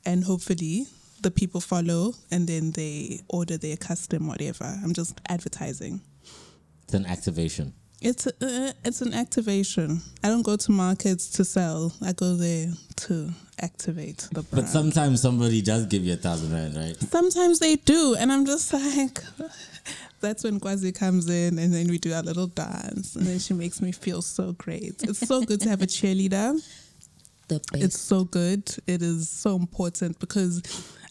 [SPEAKER 3] and hopefully the people follow and then they order their custom, whatever. I'm just advertising.
[SPEAKER 1] it's an activation.
[SPEAKER 3] It's, uh, it's an activation. I don't go to markets to sell, I go there to activate the brand.
[SPEAKER 1] But sometimes somebody does give you a thousand rand, right?
[SPEAKER 3] Sometimes they do, and I'm just like, that's when Kwazi comes in, and then we do our little dance, and then she makes me feel so great. It's so good to have a cheerleader.
[SPEAKER 2] The best.
[SPEAKER 3] It's so good. It is so important because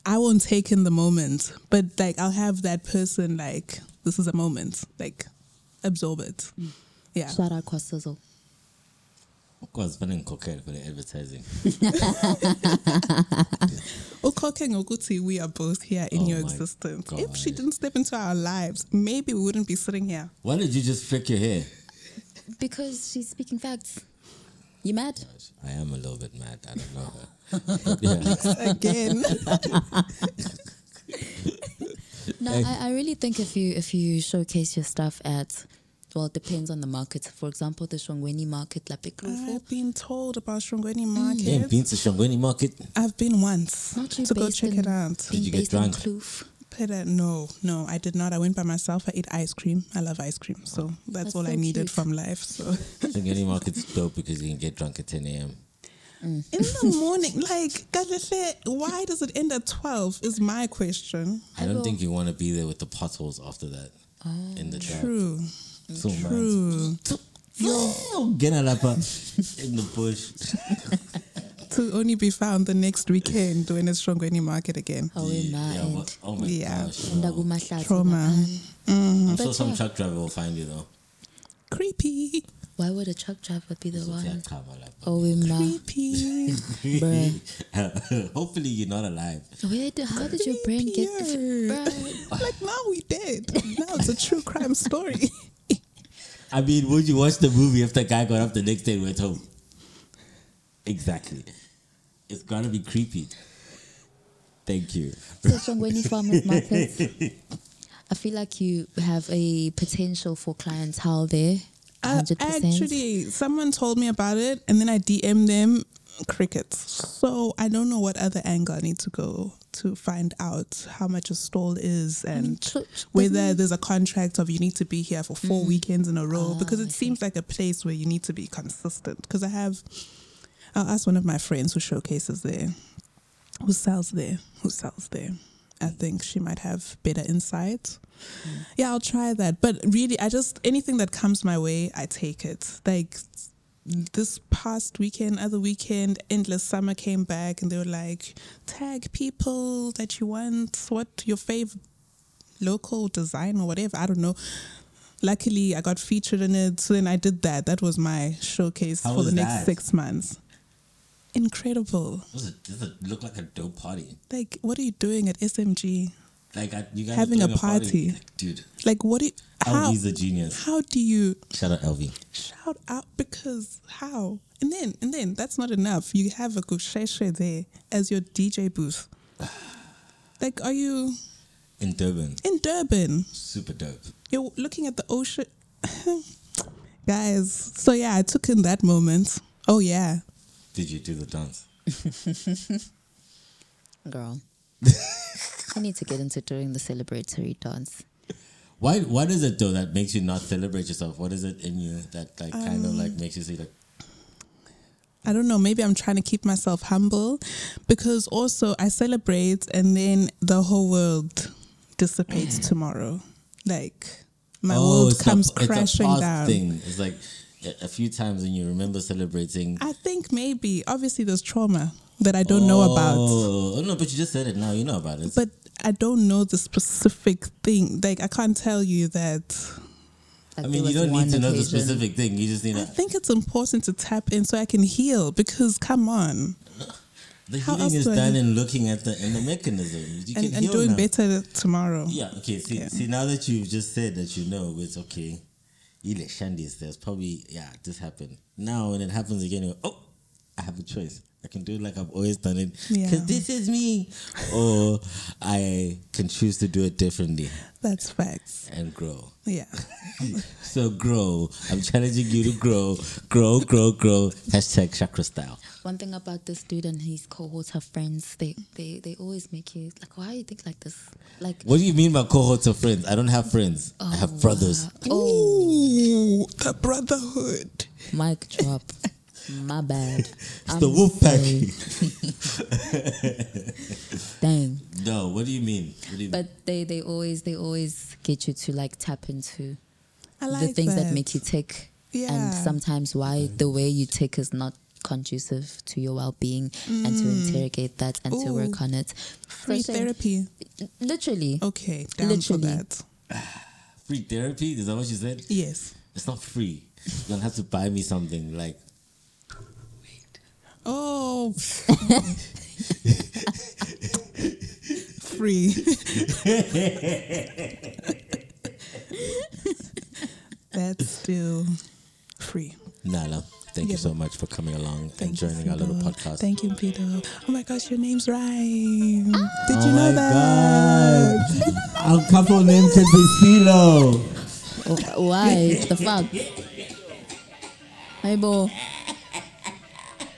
[SPEAKER 3] I won't take in the moment, but like I'll have that person like this is a moment, like absorb it. Yeah.
[SPEAKER 2] Shout out Kwasizzle.
[SPEAKER 1] Because spending cocaine for the advertising.
[SPEAKER 3] Okoke and Okuti, we are both here in
[SPEAKER 1] Oh
[SPEAKER 3] your
[SPEAKER 1] my
[SPEAKER 3] existence. If she
[SPEAKER 1] God.
[SPEAKER 3] didn't step into our lives, maybe we wouldn't be sitting here.
[SPEAKER 1] Why did you just flick your hair?
[SPEAKER 2] Because she's speaking facts. You mad?
[SPEAKER 1] I am a little bit mad. I don't know her. yeah.
[SPEAKER 3] Again.
[SPEAKER 2] No, I, I really think if you if you showcase your stuff at well, it depends on the market. For example, the Shongweni market, La Picrufo.
[SPEAKER 3] I've been told about Shongweni
[SPEAKER 1] You ain't
[SPEAKER 3] Market.
[SPEAKER 1] been to Shongweni Market?
[SPEAKER 3] I've been once
[SPEAKER 2] Aren't you
[SPEAKER 3] to go
[SPEAKER 2] based
[SPEAKER 3] check
[SPEAKER 2] in-
[SPEAKER 3] it out.
[SPEAKER 1] Did you get
[SPEAKER 2] based in
[SPEAKER 1] drunk?
[SPEAKER 2] Kloof.
[SPEAKER 3] But, uh, no, no, I did not. I went by myself. I ate ice cream. I love ice cream. So that's,
[SPEAKER 2] That's
[SPEAKER 3] all
[SPEAKER 2] so
[SPEAKER 3] I needed
[SPEAKER 2] cute.
[SPEAKER 3] from life. So
[SPEAKER 1] Shongweni Market's dope because you can get drunk at 10 a.m.
[SPEAKER 3] in the morning, like, Galefe, why does it end at 12? Is my question.
[SPEAKER 1] I
[SPEAKER 2] I
[SPEAKER 1] don't
[SPEAKER 2] will-
[SPEAKER 1] think you want to be there with the potholes after that.
[SPEAKER 2] Oh,
[SPEAKER 1] in the dark.
[SPEAKER 3] True.
[SPEAKER 1] So mad.
[SPEAKER 3] True.
[SPEAKER 1] Yo, get out of here. in the bush.
[SPEAKER 3] To only be found the next weekend when it's Shongweni Market again.
[SPEAKER 2] Oh, yeah,
[SPEAKER 1] Yeah, but- oh my
[SPEAKER 3] Yeah.
[SPEAKER 1] gosh.
[SPEAKER 2] and
[SPEAKER 1] yo.
[SPEAKER 2] Ndakumahlatsi
[SPEAKER 3] Trauma. Mm-hmm.
[SPEAKER 2] makhaya.
[SPEAKER 1] I'm
[SPEAKER 2] But
[SPEAKER 1] sure some
[SPEAKER 2] yeah.
[SPEAKER 1] truck driver will find you though.
[SPEAKER 3] Creepy.
[SPEAKER 2] Why would a truck driver be the
[SPEAKER 1] So, yeah,
[SPEAKER 2] one?
[SPEAKER 1] come on, like,
[SPEAKER 2] Oh, Ima.
[SPEAKER 3] Creepy. Oh,
[SPEAKER 1] Hopefully you're not alive.
[SPEAKER 2] Where did, how did your brain get?
[SPEAKER 3] Creepier.
[SPEAKER 2] Bruh.
[SPEAKER 3] like, now we did. Now it's a true crime story.
[SPEAKER 1] I mean, would you watch the movie if the guy got up the next day and went home? Exactly. It's gonna be creepy. Thank you.
[SPEAKER 2] So Shongweni Farmers Market. I feel like you have a potential for clientele there.
[SPEAKER 3] Uh,
[SPEAKER 2] 100%.
[SPEAKER 3] actually, someone told me about it, and then I DM them crickets. So I don't know what other angle I need to go to find out how much a stall is and
[SPEAKER 2] tr- tr-
[SPEAKER 3] whether
[SPEAKER 2] doesn't-
[SPEAKER 3] there's a contract of you need to be here for four weekends in a row because
[SPEAKER 2] Ah,
[SPEAKER 3] it
[SPEAKER 2] I
[SPEAKER 3] seems like a place where you need to be consistent. Because I have, I'll ask one of my friends who showcases there, who sells there, who sells there. I
[SPEAKER 2] Mm.
[SPEAKER 3] think she might have better insight. Yeah, I'll try that. But really, I just anything that comes my way, I take it. Like this past weekend, other weekend, endless summer came back, and they were like, tag people that you want. What your favorite local design or whatever? I don't know. Luckily, I got featured in it. So then I did that. That was my showcase
[SPEAKER 1] How
[SPEAKER 3] for the
[SPEAKER 1] was
[SPEAKER 3] next
[SPEAKER 1] that?
[SPEAKER 3] six months. Incredible.
[SPEAKER 1] This is- this is- look like a dope party.
[SPEAKER 3] Like, what are you doing at SMG?
[SPEAKER 1] Like I, you guys are
[SPEAKER 3] Having a
[SPEAKER 1] doing party.
[SPEAKER 3] party.
[SPEAKER 1] dude.
[SPEAKER 3] Like, what do you, how,
[SPEAKER 1] LV's Oh, a genius.
[SPEAKER 3] how do you
[SPEAKER 1] Shout out LV.
[SPEAKER 3] shout out because how? And then and then that's not enough. You have a kusheshe there as your DJ booth. Like, are you
[SPEAKER 1] in Durban.
[SPEAKER 3] in Durban?
[SPEAKER 1] Super dope.
[SPEAKER 3] You're looking at the ocean, guys. So yeah, I took in that moment. Oh yeah,
[SPEAKER 1] Did you do the dance?
[SPEAKER 2] Girl. I need to get into doing the celebratory dance.
[SPEAKER 1] Why? What is it though that makes you not celebrate yourself? What is it in you that like kind of
[SPEAKER 3] Um,
[SPEAKER 1] like makes you say like,
[SPEAKER 3] I don't know, maybe I'm trying to keep myself humble because also I celebrate and then the whole world dissipates tomorrow. Like my
[SPEAKER 1] oh,
[SPEAKER 3] world
[SPEAKER 1] it's a-
[SPEAKER 3] comes
[SPEAKER 1] it's a
[SPEAKER 3] crashing
[SPEAKER 1] past
[SPEAKER 3] down.
[SPEAKER 1] Thing. It's like a- a few times when you remember celebrating.
[SPEAKER 3] I think maybe obviously there's trauma that I don't know about.
[SPEAKER 1] Oh oh, no, but you just said it now. You know about it.
[SPEAKER 3] But I don't know the specific thing. Like I can't tell you that
[SPEAKER 2] Like
[SPEAKER 1] I
[SPEAKER 2] there
[SPEAKER 1] mean, you
[SPEAKER 2] was
[SPEAKER 1] don't
[SPEAKER 2] one
[SPEAKER 1] need to know the
[SPEAKER 2] occasion-
[SPEAKER 1] specific thing. You just need
[SPEAKER 3] I
[SPEAKER 1] to.
[SPEAKER 3] think it's important to tap in so I can heal because come on.
[SPEAKER 1] The
[SPEAKER 3] how
[SPEAKER 1] healing
[SPEAKER 3] else
[SPEAKER 1] is
[SPEAKER 3] do I
[SPEAKER 1] done
[SPEAKER 3] know?
[SPEAKER 1] in looking at the in the mechanism. You can
[SPEAKER 3] And, and
[SPEAKER 1] heal
[SPEAKER 3] doing
[SPEAKER 1] now.
[SPEAKER 3] better tomorrow.
[SPEAKER 1] Yeah. Okay. See,
[SPEAKER 3] Yeah.
[SPEAKER 1] see. Now that you've just said that, you know it's okay. Ile Shandis, there's probably yeah, this happened. Now when it happens again, you go, oh, I have a choice. I can do it like I've always done it because
[SPEAKER 3] Yeah.
[SPEAKER 1] this is me, or I can choose to do it differently
[SPEAKER 3] That's facts.
[SPEAKER 1] and grow.
[SPEAKER 3] Yeah.
[SPEAKER 1] So grow. I'm challenging you to grow, grow, grow, grow. Hashtag chakra style.
[SPEAKER 2] One thing about this dude and his cohort of friends, they, they, they always make you like, why you think like this? Like,
[SPEAKER 1] What do you mean by cohorts of friends? I don't have friends. I have brothers.
[SPEAKER 2] wow. Oh,
[SPEAKER 3] Ooh, the brotherhood.
[SPEAKER 2] mic drop. My bad.
[SPEAKER 1] It's the wolf pack.
[SPEAKER 2] Dang.
[SPEAKER 1] No. What do you mean? What do you
[SPEAKER 2] But they, they always they always get you to like tap into
[SPEAKER 3] I like
[SPEAKER 2] the things that. make you tick.
[SPEAKER 3] Yeah.
[SPEAKER 2] And sometimes why the way you tick is not conducive to your well being and to interrogate that and to
[SPEAKER 3] Mm. Ooh. Oh.
[SPEAKER 2] work on it.
[SPEAKER 3] Free
[SPEAKER 2] Session-
[SPEAKER 3] therapy.
[SPEAKER 2] Literally.
[SPEAKER 3] Okay, down
[SPEAKER 2] Literally.
[SPEAKER 3] for that.
[SPEAKER 1] Free therapy? Is that what you said?
[SPEAKER 3] Yes.
[SPEAKER 1] It's not free. You're gonna have to buy me something. Like
[SPEAKER 3] Oh. Free. That's still free.
[SPEAKER 1] Nala, thank
[SPEAKER 3] Yeah,
[SPEAKER 1] you so much for coming along and
[SPEAKER 3] Thank you,
[SPEAKER 1] joining our little
[SPEAKER 3] Fido.
[SPEAKER 1] podcast.
[SPEAKER 3] Thank you, Peter. Oh my gosh, your name's right. Did you
[SPEAKER 1] oh my
[SPEAKER 3] know that?
[SPEAKER 1] god! Our couple name can be Philo.
[SPEAKER 2] Wh- Oh, Why? the fuck? Hey, boy.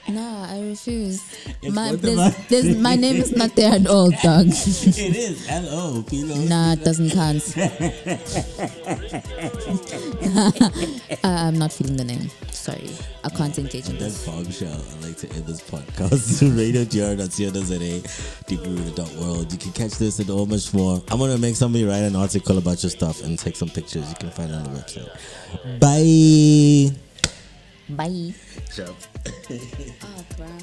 [SPEAKER 2] Nah, I refuse.
[SPEAKER 1] It's
[SPEAKER 2] My,
[SPEAKER 1] both of
[SPEAKER 2] there's,
[SPEAKER 1] us.
[SPEAKER 2] there's, my name is not there at all, dog.
[SPEAKER 1] it is L O Philo.
[SPEAKER 2] Nah, it doesn't count. I- I'm not feeling the name. Sorry. I can't engage in
[SPEAKER 1] And
[SPEAKER 2] this.
[SPEAKER 1] that bombshell, I'd like to end this podcast. Radio GR.co.za, deeprooted.world. You can catch this and all much more. I'm going to make somebody write an article about your stuff and take some pictures. You can find it on the website. Bye.
[SPEAKER 2] Bye.
[SPEAKER 1] Ciao.
[SPEAKER 2] Oh, bruh.